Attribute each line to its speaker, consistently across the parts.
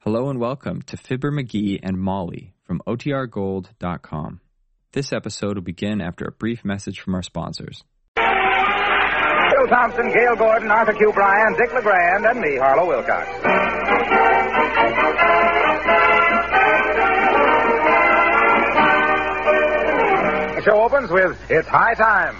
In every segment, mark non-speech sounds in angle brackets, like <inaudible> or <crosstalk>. Speaker 1: Hello and welcome to Fibber McGee and Molly from OTRGold.com. This episode will begin after a brief message from our sponsors.
Speaker 2: Bill Thompson, Gail Gordon, Arthur Q. Bryan, Dick LeGrand, and me, Harlow Wilcox. The show opens with It's High Time.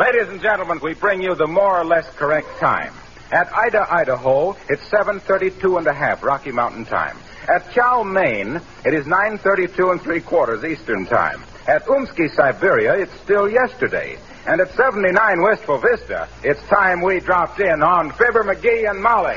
Speaker 2: Ladies and gentlemen, we bring you the more or less correct time. At Ida, Idaho, it's 7.32 and a half Rocky Mountain time. At Chow, Maine, it is 9.32 and three quarters Eastern time. At Umsky, Siberia, it's still yesterday. And at 79 Wistful Vista, it's time we dropped in on Fibber McGee and Molly.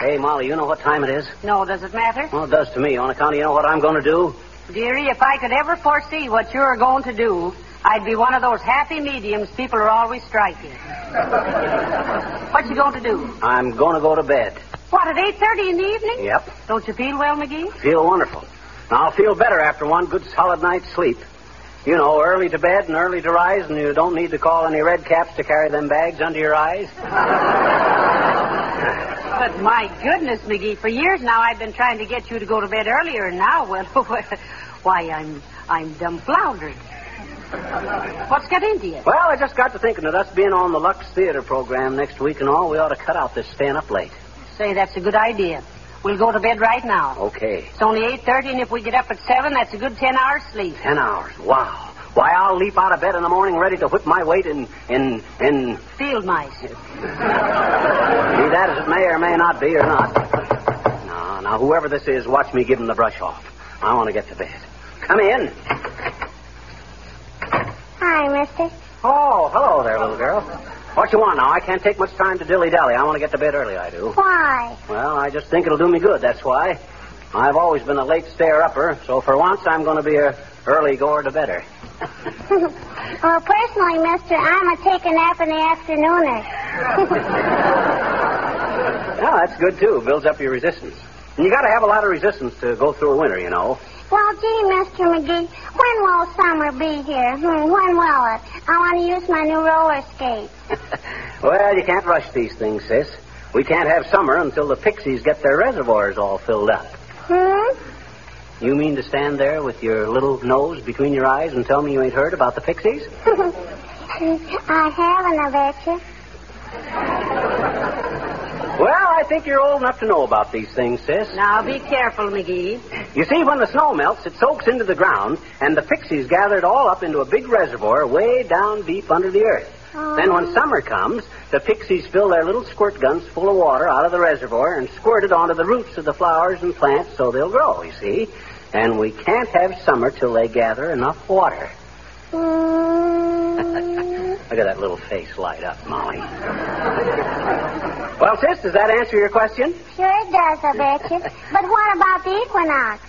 Speaker 3: Hey, Molly, you know what time it is?
Speaker 4: No, does it matter?
Speaker 3: Well, it does to me. On account of you know what I'm going to do?
Speaker 4: Dearie, if I could ever foresee what you're going to do, I'd be one of those happy mediums people are always striking. what you going to do?
Speaker 3: I'm going to go to bed.
Speaker 4: What, at 8.30 in the evening?
Speaker 3: Yep.
Speaker 4: Don't you feel well, McGee?
Speaker 3: Feel wonderful. Now, I'll feel better after one good solid night's sleep. You know, early to bed and early to rise, and you don't need to call any red caps to carry them bags under your eyes.
Speaker 4: But my goodness, McGee, for years now I've been trying to get you to go to bed earlier, and now, well, <laughs> why, I'm, I'm dumbfoundered. What's got into you?
Speaker 3: Well, I just got to thinking of us being on the Lux Theater program next week and all, we ought to cut out this staying up late.
Speaker 4: Say, that's a good idea. We'll go to bed right now.
Speaker 3: Okay.
Speaker 4: It's only 8.30, and if we get up at 7, that's a good 10 hours sleep.
Speaker 3: Ten hours. Wow. Why, I'll leap out of bed in the morning ready to whip my weight in, in, in...
Speaker 4: Field mice.
Speaker 3: Be that as it may or may not be or not. Now, now, whoever this is, watch me give him the brush off. I want to get to bed. Come in.
Speaker 5: Hi, mister.
Speaker 3: Oh, hello there, little girl. What you want now? I can't take much time to dilly dally. I want to get to bed early, I do.
Speaker 5: Why? <laughs>
Speaker 3: Well, I just think it'll do me good, that's why. I've always been a late stayer upper, so for once I'm going to be a early goer to bedder.
Speaker 5: well, personally, mister, I'm a take a nap in the afternooner.
Speaker 3: Well, that's good, too. Builds up your resistance. And you got to have a lot of resistance to go through a winter, you know.
Speaker 5: well, gee, Mr. McGee, when will summer be here? Hmm, when will it? I want to use my new roller skate.
Speaker 3: well, you can't rush these things, sis. We can't have summer until the pixies get their reservoirs all filled up.
Speaker 5: Hmm? <laughs>
Speaker 3: You mean to stand there with your little nose between your eyes and tell me you ain't heard about the pixies?
Speaker 5: I haven't, I bet you.
Speaker 3: Well, I think you're old enough to know about these things, sis.
Speaker 4: Now, be careful, McGee.
Speaker 3: You see, when the snow melts, it soaks into the ground, and the pixies gather it all up into a big reservoir way down deep under the earth.
Speaker 5: Oh.
Speaker 3: Then when summer comes, the pixies fill their little squirt guns full of water out of the reservoir and squirt it onto the roots of the flowers and plants so they'll grow, you see. And we can't have summer till they gather enough water.
Speaker 5: Hmm. <laughs>
Speaker 3: Look at that little face light up, Molly. well, sis, does that answer your question?
Speaker 5: sure it does, I bet you. But what about the equinox?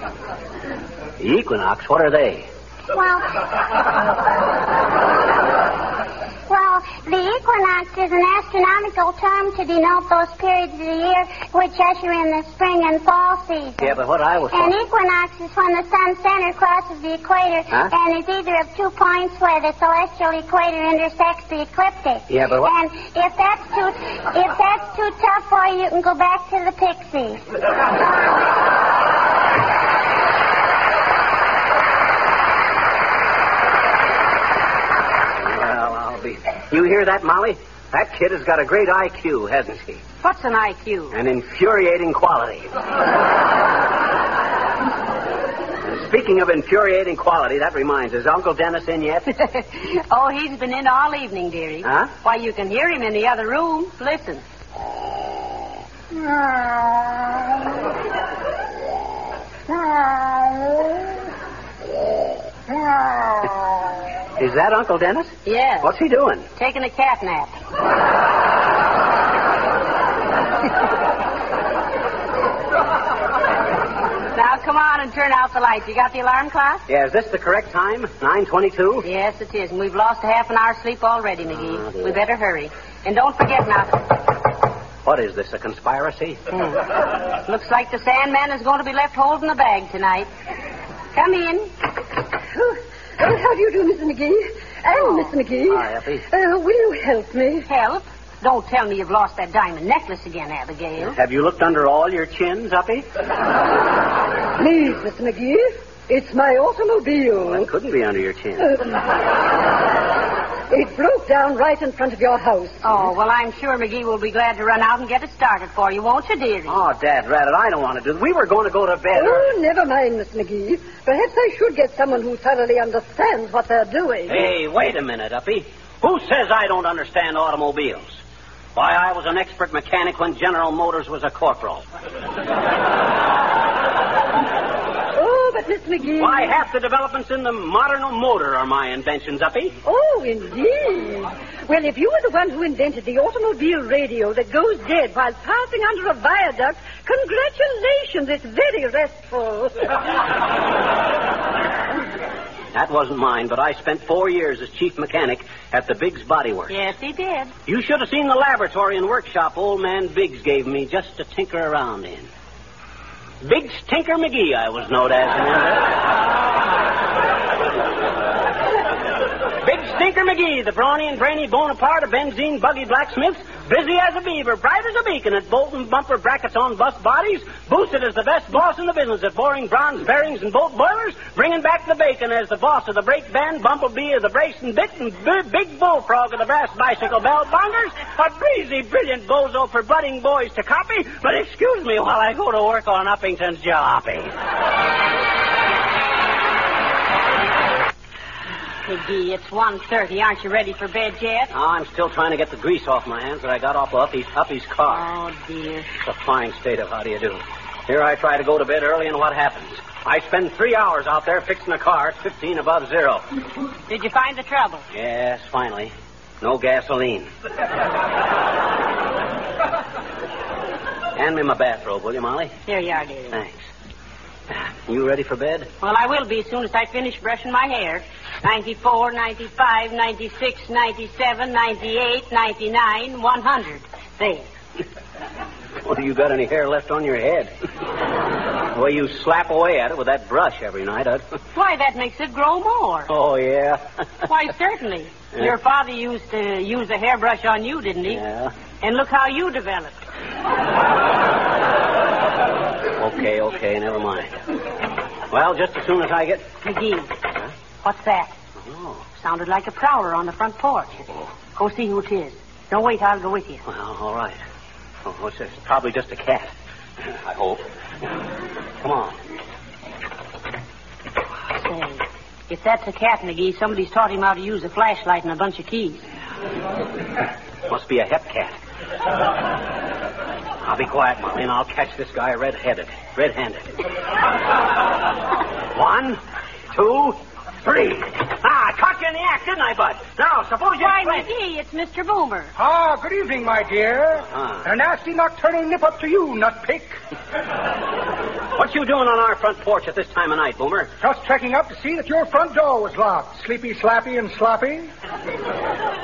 Speaker 3: The equinox, what are they?
Speaker 5: Well, well, the equinox is an astronomical term to denote those periods of the year which usher in the spring and fall season.
Speaker 3: Yeah, but what I was
Speaker 5: An
Speaker 3: talking
Speaker 5: equinox is when the sun's center crosses the equator
Speaker 3: Huh?
Speaker 5: and is either of two points where the celestial equator intersects the ecliptic.
Speaker 3: Yeah, but what-
Speaker 5: And if that's too if that's too tough for you, you can go back to the pixies.
Speaker 3: Well, I'll be. You hear that, Molly? That kid has got a great IQ, hasn't he?
Speaker 4: What's an IQ?
Speaker 3: An infuriating quality. <laughs> And Speaking of infuriating quality, that reminds us. Uncle Dennis in
Speaker 4: <laughs>
Speaker 3: yet?
Speaker 4: <laughs> oh, he's been in all evening, dearie.
Speaker 3: Huh?
Speaker 4: Why, you can hear him in the other room. Listen.
Speaker 3: Is that Uncle Dennis?
Speaker 4: Yes.
Speaker 3: What's he doing?
Speaker 4: Taking a cat nap. <laughs> now, come on and turn out the lights. You got the alarm clock?
Speaker 3: Yeah, is this the correct time? 922?
Speaker 4: Yes, it is. And we've lost a half an hour's sleep already,
Speaker 3: Oh,
Speaker 4: McGee.
Speaker 3: dear.
Speaker 4: we better hurry. And don't forget now.
Speaker 3: What is this, a conspiracy?
Speaker 4: Hmm. Looks like the Sandman is going to be left holding the bag tonight. Come in. Whew.
Speaker 6: Oh, how do you do, Miss McGee? And Miss McGee.
Speaker 3: Oh. Hi, Effie.
Speaker 6: Uh, will you help me?
Speaker 4: Help? Don't tell me you've lost that diamond necklace again, Abigail.
Speaker 3: Have you looked under all your chins, Uppy?
Speaker 6: Please, Miss McGee. It's my automobile.
Speaker 3: <laughs> It couldn't be under your chin.
Speaker 6: <laughs> It broke down right in front of your house.
Speaker 4: Oh, well, I'm sure McGee will be glad to run out and get it started for you, won't you, dearie?
Speaker 3: Oh, Dad, rat it, I don't want to do that. We were going to go to bed.
Speaker 6: Oh, never mind, Miss McGee. Perhaps I should get someone who thoroughly understands what they're doing.
Speaker 3: Hey, wait a minute, Uppy. Who says I don't understand automobiles? Why, I was an expert mechanic when General Motors was a corporal.
Speaker 6: Oh, but Miss McGee.
Speaker 3: Why, half the developments in the modern motor are my inventions, Uppy.
Speaker 6: Oh, indeed. Well, if you were the one who invented the automobile radio that goes dead while passing under a viaduct, congratulations. It's very restful.
Speaker 3: That wasn't mine, but I spent four years as chief mechanic at the Biggs Body Works.
Speaker 4: Yes, he did.
Speaker 3: You should have seen the laboratory and workshop old man Biggs gave me just to tinker around in. Biggs Tinker McGee, I was known as. remember? Biggs Tinker McGee, the brawny and brainy Bonaparte of benzene buggy blacksmiths, busy as a beaver, bright as a beacon at bolting bumper brackets on bus bodies, boosted as the best boss in the business at boring bronze bearings and bolt boilers, bringing back the bacon as the boss of the brake band, bumblebee of the brace and bit, and b- big bullfrog of the brass bicycle bell bongers, a breezy, brilliant bozo for budding boys to copy, but excuse me while I go to work on Uppington's jalopy.
Speaker 4: McGee, it's one thirty. Aren't you ready for bed yet?
Speaker 3: Now, I'm still trying to get the grease off my hands that I got off of Uppy's, Uppy's car.
Speaker 4: Oh, dear.
Speaker 3: It's a fine state of how do you do. Here I try to go to bed early, and what happens? I spend three hours out there fixing a car. It's 15 above zero.
Speaker 4: Did you find the trouble?
Speaker 3: yes, finally. No gasoline. Hand me my bathrobe, will you, Molly?
Speaker 4: Here you are, dearie.
Speaker 3: Thanks. You ready for bed?
Speaker 4: Well, I will be as soon as I finish brushing my hair. 94, 95, 96, 97, 98, 99, 100. There.
Speaker 3: Well, you got any hair left on your head? the way you slap away at it with that brush every night, I'd...
Speaker 4: Why, that makes it grow more.
Speaker 3: Oh, yeah. <laughs>
Speaker 4: Why, certainly.
Speaker 3: Yeah.
Speaker 4: Your father used to use a hairbrush on you, didn't he?
Speaker 3: Yeah.
Speaker 4: And look how you developed.
Speaker 3: Okay, okay, never mind. Well, just as soon as I get.
Speaker 4: McGee, what's that?
Speaker 3: Oh,
Speaker 4: Sounded like a prowler on the front porch. Go see who it is. Don't wait, I'll go with you.
Speaker 3: well, all right. Oh, what's this? Probably just a cat. I hope. Come on.
Speaker 4: Say, if that's a cat, McGee, somebody's taught him how to use a flashlight and a bunch of keys.
Speaker 3: Must be a hep cat. I'll be quiet, Molly, and I'll catch this guy red-headed, red-handed. One, two, three. Ah, I caught you in the act, didn't I, Bud? Now, suppose you.
Speaker 4: Why, McGee, it's Mr. Boomer.
Speaker 2: Ah, good evening, my dear.
Speaker 3: Ah.
Speaker 2: A nasty nocturnal nip up to you, nutpick.
Speaker 3: What you doing on our front porch at this time of night, Boomer?
Speaker 2: Just checking up to see that your front door was locked. Sleepy, slappy, and sloppy.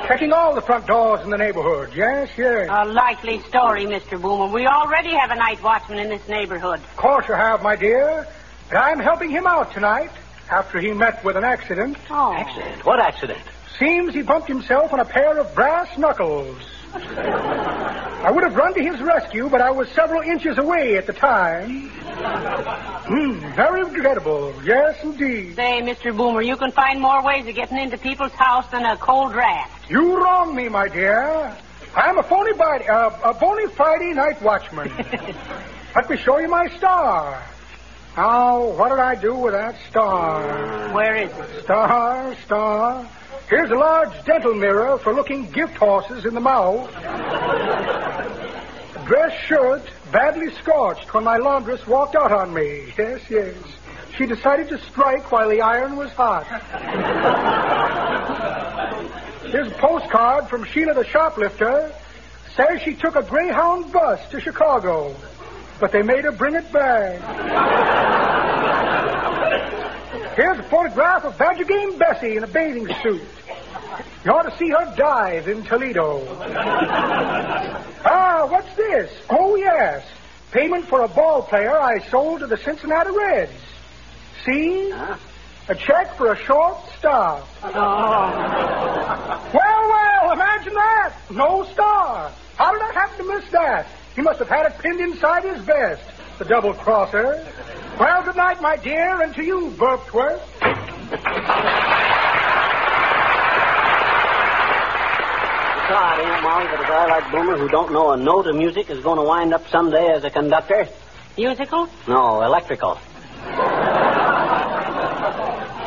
Speaker 2: checking all the front doors in the neighborhood. Yes, yes.
Speaker 4: A likely story, Mr. Boomer. We already have a night watchman in this neighborhood.
Speaker 2: Of course you have, my dear. But I'm helping him out tonight after he met with an accident.
Speaker 4: Oh.
Speaker 3: Accident. What accident?
Speaker 2: Seems he bumped himself on a pair of brass knuckles. I would have run to his rescue, but I was several inches away at the time. Hmm, very regrettable. Yes, indeed.
Speaker 4: Say, Mr. Boomer, you can find more ways of getting into people's house than a cold draft.
Speaker 2: You wrong me, my dear. I'm a phony body, uh, a bony Friday night watchman. Let me show you my star. Now, what did I do with that star?
Speaker 4: Where is it?
Speaker 2: Star, star. Here's a large dental mirror for looking gift horses in the mouth. Dress shirt badly scorched when my laundress walked out on me. Yes, yes. She decided to strike while the iron was hot. Here's a postcard from Sheila the shoplifter. Says she took a Greyhound bus to Chicago, but they made her bring it back. Here's a photograph of Badger Game Bessie in a bathing suit. You ought to see her dive in Toledo. ah, what's this? Oh, yes. Payment for a ball player I sold to the Cincinnati Reds. See?
Speaker 7: A check for a short star. Well, well, imagine that. No star. How did I happen to miss that? He must have had it pinned inside his vest. The double crosser. Well, good night, my dear, and to you, Burptworth.
Speaker 3: Sorry, ain't it, Molly, but a guy like Boomer who don't know a note of music is going to wind up someday as a conductor?
Speaker 4: Musical?
Speaker 3: No, electrical.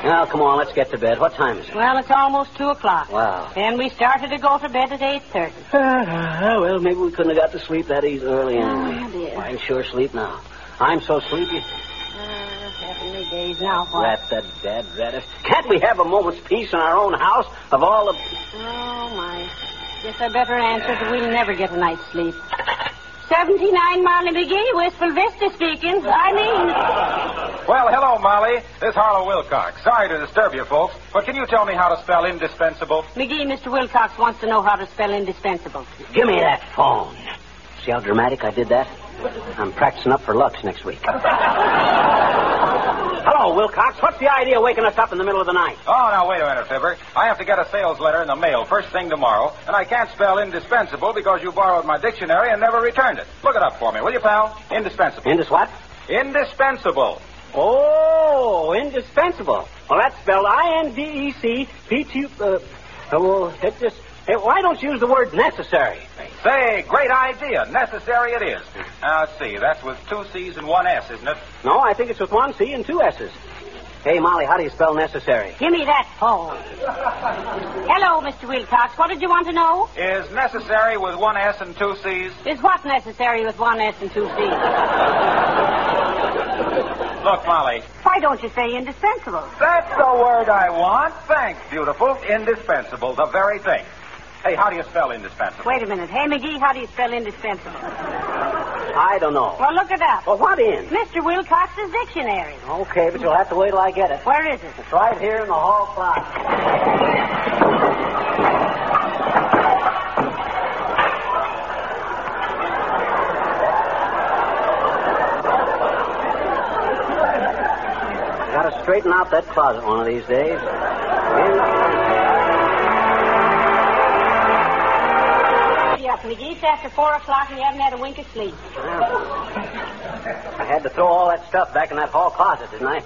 Speaker 3: now, come on, let's get to bed. What time is it?
Speaker 4: Well, it's almost two o'clock.
Speaker 3: Wow.
Speaker 4: And we started to go to bed at eight thirty.
Speaker 3: Ah, well, maybe we couldn't have got to sleep that easy early anyway.
Speaker 4: Oh, dear.
Speaker 3: Well, I'm sure sleep now. I'm so sleepy.
Speaker 4: Uh, heavenly days now, what?
Speaker 3: Rat that dad rat. Can't we have a moment's peace in our own house of all the
Speaker 4: Oh, my. Guess I better answer that we'll never get a night's sleep. 79 Marley McGee, Wistful Vista speaking. I mean,
Speaker 2: Well, hello, Molly. This is Harlow Wilcox. Sorry to disturb you, folks, but can you tell me how to spell indispensable?
Speaker 4: McGee, Mr. Wilcox wants to know how to spell indispensable.
Speaker 3: Give me that phone. See how dramatic I did that? I'm practicing up for Lux next week. Hello, Wilcox. What's the idea of waking us up in the middle of the night?
Speaker 2: Oh, now, wait a minute, Fibber. I have to get a sales letter in the mail first thing tomorrow, and I can't spell indispensable because you borrowed my dictionary and never returned it. Look it up for me, will you, pal? Indispensable.
Speaker 3: Indis what?
Speaker 2: Indispensable.
Speaker 3: Oh, indispensable. Well, that's spelled E I-N-D-E-C-P-T... Uh, well, it just... Hey, why don't you use the word necessary?
Speaker 2: Say, great idea. Necessary it is. Now, let's see. That's with two C's and one S, isn't it?
Speaker 3: No, I think it's with one C and two S's. Hey, Molly, how do you spell necessary?
Speaker 4: Give me that phone. Hello, Mr. Wilcox. What did you want to know?
Speaker 2: Is necessary with one S and two C's?
Speaker 4: Is what necessary with one S and two C's?
Speaker 2: Look, Molly.
Speaker 4: Why don't you say indispensable?
Speaker 2: That's the word I want. Thanks, beautiful. Indispensable, the very thing. Hey, how do you spell indispensable?
Speaker 4: Wait a minute. Hey, McGee, how do you spell indispensable?
Speaker 3: I don't know.
Speaker 4: Well, look it up.
Speaker 3: Well, what in?
Speaker 4: Mr. Wilcox's dictionary.
Speaker 3: Okay, but you'll have to wait till I get it.
Speaker 4: Where is it?
Speaker 3: It's right here in the hall closet. Gotta straighten out that closet one of these days.
Speaker 4: Hurry up, McGee. It's after four o'clock and you haven't had a wink of sleep.
Speaker 3: I had to throw all that stuff back in that hall closet, didn't I?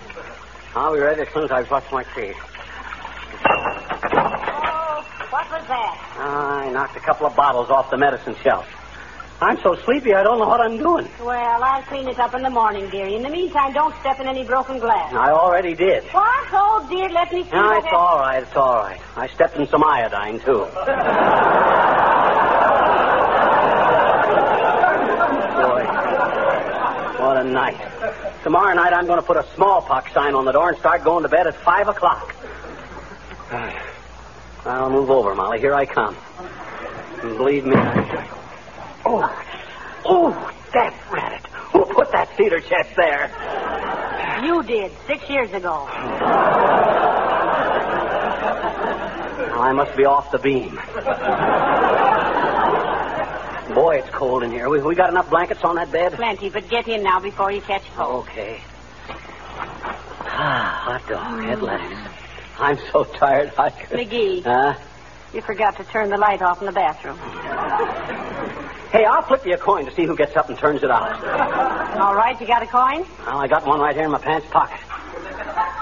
Speaker 3: I'll be ready as soon as I've washed my feet.
Speaker 4: Oh, what was that?
Speaker 3: I knocked a couple of bottles off the medicine shelf. I'm so sleepy I don't know what I'm doing.
Speaker 4: Well, I'll clean it up in the morning, dearie. In the meantime, don't step in any broken glass.
Speaker 3: I already did.
Speaker 4: What? Oh, dear, let me see.
Speaker 3: No,
Speaker 4: what
Speaker 3: it's
Speaker 4: hap-
Speaker 3: all right. It's all right. I stepped in some iodine, too. Boy, what a night. Tomorrow night, I'm going to put a smallpox sign on the door and start going to bed at 5 o'clock. <sighs> I'll move over, Molly. Here I come. And believe me, I... Oh, oh, that rat. Who put that cedar chest there?
Speaker 4: You did, six years ago.
Speaker 3: Well, I must be off the beam. Boy, it's cold in here. We, we got enough blankets on that bed?
Speaker 4: Plenty, but get in now before you catch cold.
Speaker 3: Okay. Ah, hot dog at last. I'm so tired I could.
Speaker 4: McGee.
Speaker 3: Huh?
Speaker 4: You forgot to turn the light off in the bathroom.
Speaker 3: Hey, I'll flip you a coin to see who gets up and turns it out.
Speaker 4: All right, you got a coin?
Speaker 3: Well, I got one right here in my pants pocket.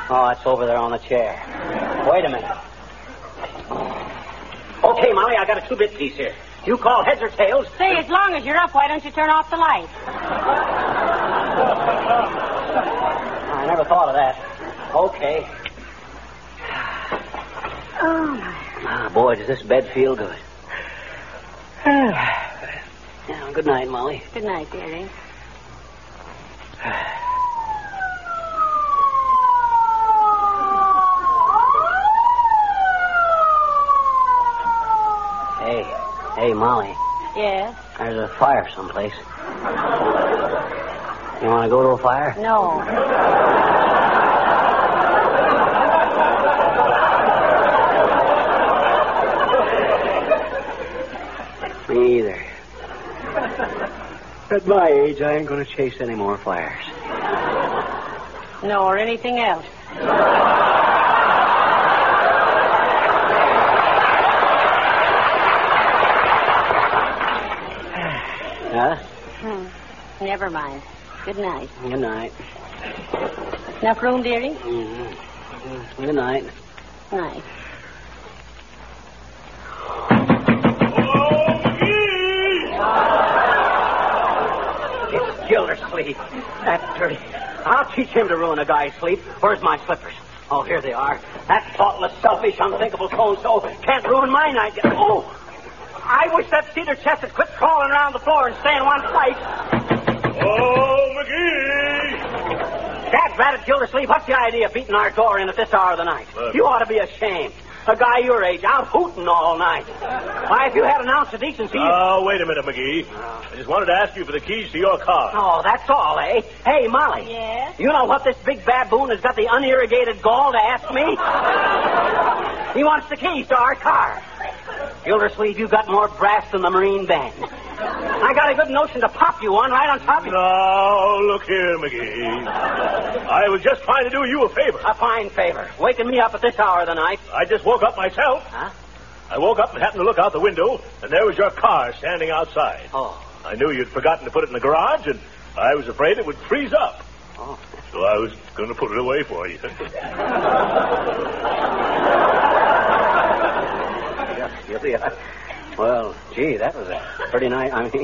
Speaker 3: Oh, it's over there on the chair. Wait a minute. Okay, Molly, I got a two-bit piece here. You call heads or tails.
Speaker 4: Say, as long as you're up, why don't you turn off the light?
Speaker 3: I never thought of that. Okay. Ah, boy, does this bed feel good. yeah, good night, Molly.
Speaker 4: Good night, dearie.
Speaker 3: Hey, hey, Molly.
Speaker 4: Yes?
Speaker 3: There's a fire someplace. You want to go to a fire?
Speaker 4: No.
Speaker 3: Me either. At my age, I ain't going to chase any more fires.
Speaker 4: No, or anything else. Hmm. Never mind. Good night.
Speaker 3: Good night.
Speaker 4: Enough room, dearie?
Speaker 3: Mm-hmm. Good night.
Speaker 4: Night.
Speaker 3: It's Gildersleeve. That dirty. I'll teach him to ruin a guy's sleep. Where's my slippers? Oh, here they are. That thoughtless, selfish, unthinkable so-and-so can't ruin my night. Oh! I wish that cedar chest had quit crawling around the floor and stay in one place.
Speaker 8: Oh, McGee!
Speaker 3: Dad, ratted Gildersleeve, what's the idea of beating our door in at this hour of the night?
Speaker 8: Look.
Speaker 3: You ought to be ashamed. A guy your age out hooting all night. Why, if you had an ounce of decency... you'd-
Speaker 8: Oh, wait a minute, McGee. I just wanted to ask you for the keys to your car.
Speaker 3: Oh, that's all, eh? Hey, Molly.
Speaker 4: Yes?
Speaker 3: You know what this big baboon has got the unirrigated gall to ask me? he wants the keys to our car. Gildersleeve, you got more brass than the Marine Band. I got a good notion to pop you one right on top of you.
Speaker 8: Now, look here, McGee. I was just trying to do you a favor.
Speaker 3: A fine favor. Waking me up at this hour of the night.
Speaker 8: I just woke up myself.
Speaker 3: Huh?
Speaker 8: I woke up and happened to look out the window, and there was your car standing outside.
Speaker 3: Oh.
Speaker 8: I knew you'd forgotten to put it in the garage, and I was afraid it would freeze up.
Speaker 3: Oh.
Speaker 8: So I was going to put it away for you.
Speaker 3: Yeah, yeah, yeah. Well, gee, that was a pretty nice. I mean, <laughs>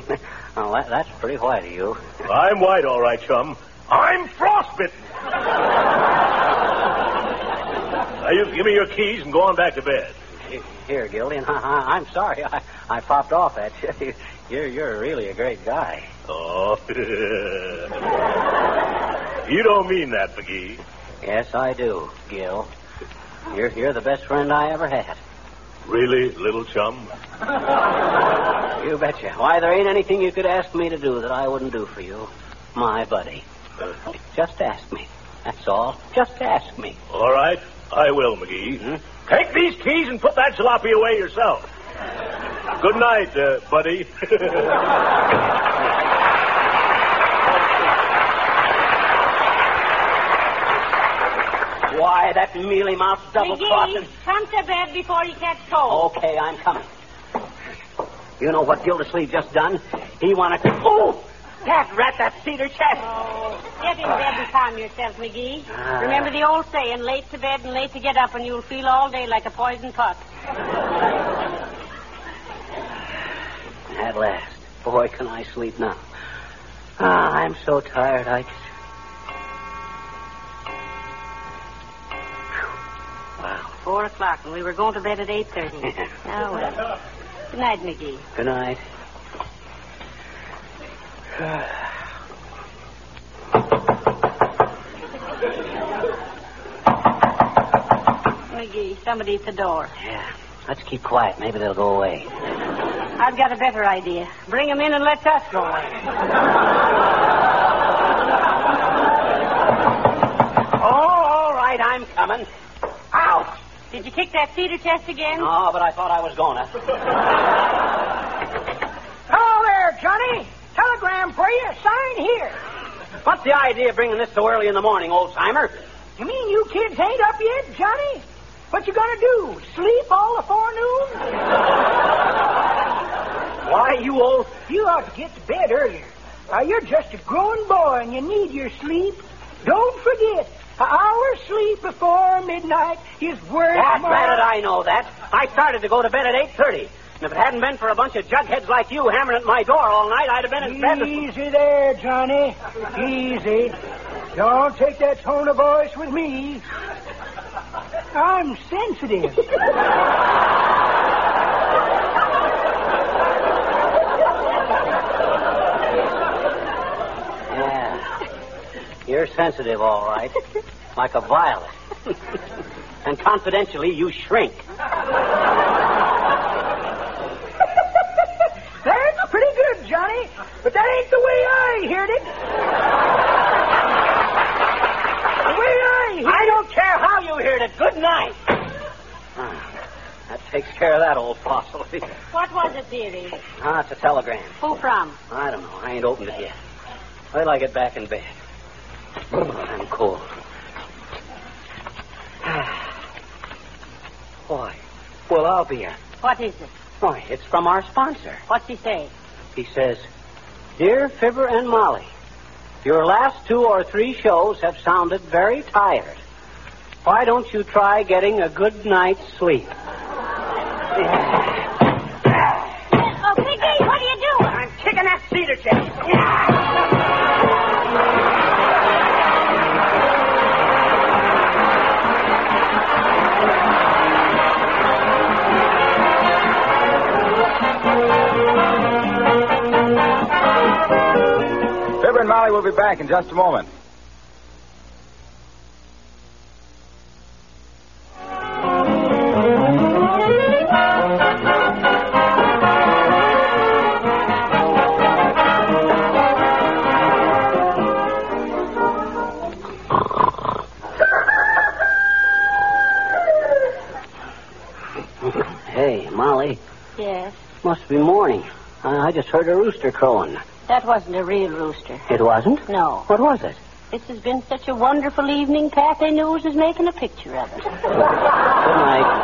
Speaker 3: oh, that, that's pretty white of you. <laughs>
Speaker 8: I'm white, all right, chum. I'm frostbitten. now, you give me your keys and go on back to bed.
Speaker 3: Here, Gildy, and <laughs> I, I, I'm sorry I, I popped off at you. <laughs> You're, you're really a great guy.
Speaker 8: Oh. <laughs> you don't mean that, McGee.
Speaker 3: Yes, I do, Gil. You're, you're the best friend I ever had.
Speaker 8: Really, little chum?
Speaker 3: You betcha. Why, there ain't anything you could ask me to do that I wouldn't do for you. My buddy.
Speaker 8: Uh,
Speaker 3: Just ask me. That's all. Just ask me.
Speaker 8: All right, I will, McGee. Take these keys and put that jalopy away yourself. Good night, uh, buddy. <laughs>
Speaker 3: Why, that mealy-mouthed double-crossing...
Speaker 4: McGee, come to bed before he gets cold.
Speaker 3: Okay, I'm coming. You know what Gildersleeve just done? He wanted to... Oh! That rat, that cedar chest!
Speaker 4: Get in bed and calm yourself, McGee.
Speaker 3: Ah.
Speaker 4: Remember the old saying, late to bed and late to get up, and you'll feel all day like a poison pot.
Speaker 3: At last. Boy, can I sleep now. Ah, I'm so tired, I... Wow.
Speaker 4: Four o'clock, and we were going to bed at 8.30. oh, well. Good night, McGee.
Speaker 3: Good night.
Speaker 4: McGee, somebody at the door.
Speaker 3: Yeah. Let's keep quiet. Maybe they'll go away.
Speaker 4: I've got a better idea. Bring him in and let us go away.
Speaker 3: Oh, all right, I'm coming. Ouch!
Speaker 4: Did you kick that cedar chest again?
Speaker 3: No, Ah, but I thought I was gonna.
Speaker 6: Hello there, Johnny. Telegram for you. Sign here.
Speaker 3: What's the idea of bringing this so early in the morning, old timer?
Speaker 6: You mean you kids ain't up yet, Johnny? What you gonna do? Sleep all the forenoon?
Speaker 3: Why, you old...
Speaker 6: You ought to get to bed earlier. Why, you're just a growing boy and you need your sleep. Don't forget, an hour's sleep before midnight is worth
Speaker 3: That
Speaker 6: more.
Speaker 3: ratted, I know that. I started to go to bed at 8.30. And if it hadn't been for a bunch of jugheads like you hammering at my door all night, I'd have been in bed... this-
Speaker 6: Easy there, Johnny. Easy. Don't take that tone of voice with me. I'm sensitive.
Speaker 3: Yeah. You're sensitive, all right. Like a violet. and confidentially, you shrink.
Speaker 6: That's pretty good, Johnny. But that ain't the way I heard it. the way I heard
Speaker 3: I don't care how you heard it. Good night. Ah, That takes care of that old fossil. <laughs>
Speaker 4: What was it, dearie?
Speaker 3: ah, it's a telegram.
Speaker 4: Who from?
Speaker 3: I don't know. I ain't opened it yet. Wait till I get back in bed. I'm cold. <sighs> Why? Well, I'll be a.
Speaker 4: What is it?
Speaker 3: Why, it's from our sponsor.
Speaker 4: What's he say?
Speaker 3: He says, Dear Fibber and Molly, your last two or three shows have sounded very tired. Why don't you try getting a good night's sleep?
Speaker 5: Oh, Piggy, what are you doing?
Speaker 6: I'm kicking that cedar chest.
Speaker 2: Fibber and Molly will be back in just a moment.
Speaker 3: Hey, Molly,
Speaker 4: Yes.
Speaker 3: must be morning. I, I just heard a rooster crowing.
Speaker 4: That wasn't a real rooster.
Speaker 3: It wasn't?
Speaker 4: No.
Speaker 3: What was it?
Speaker 4: This has been such a wonderful evening, Pat. They knew was making a picture of it.
Speaker 3: Good night.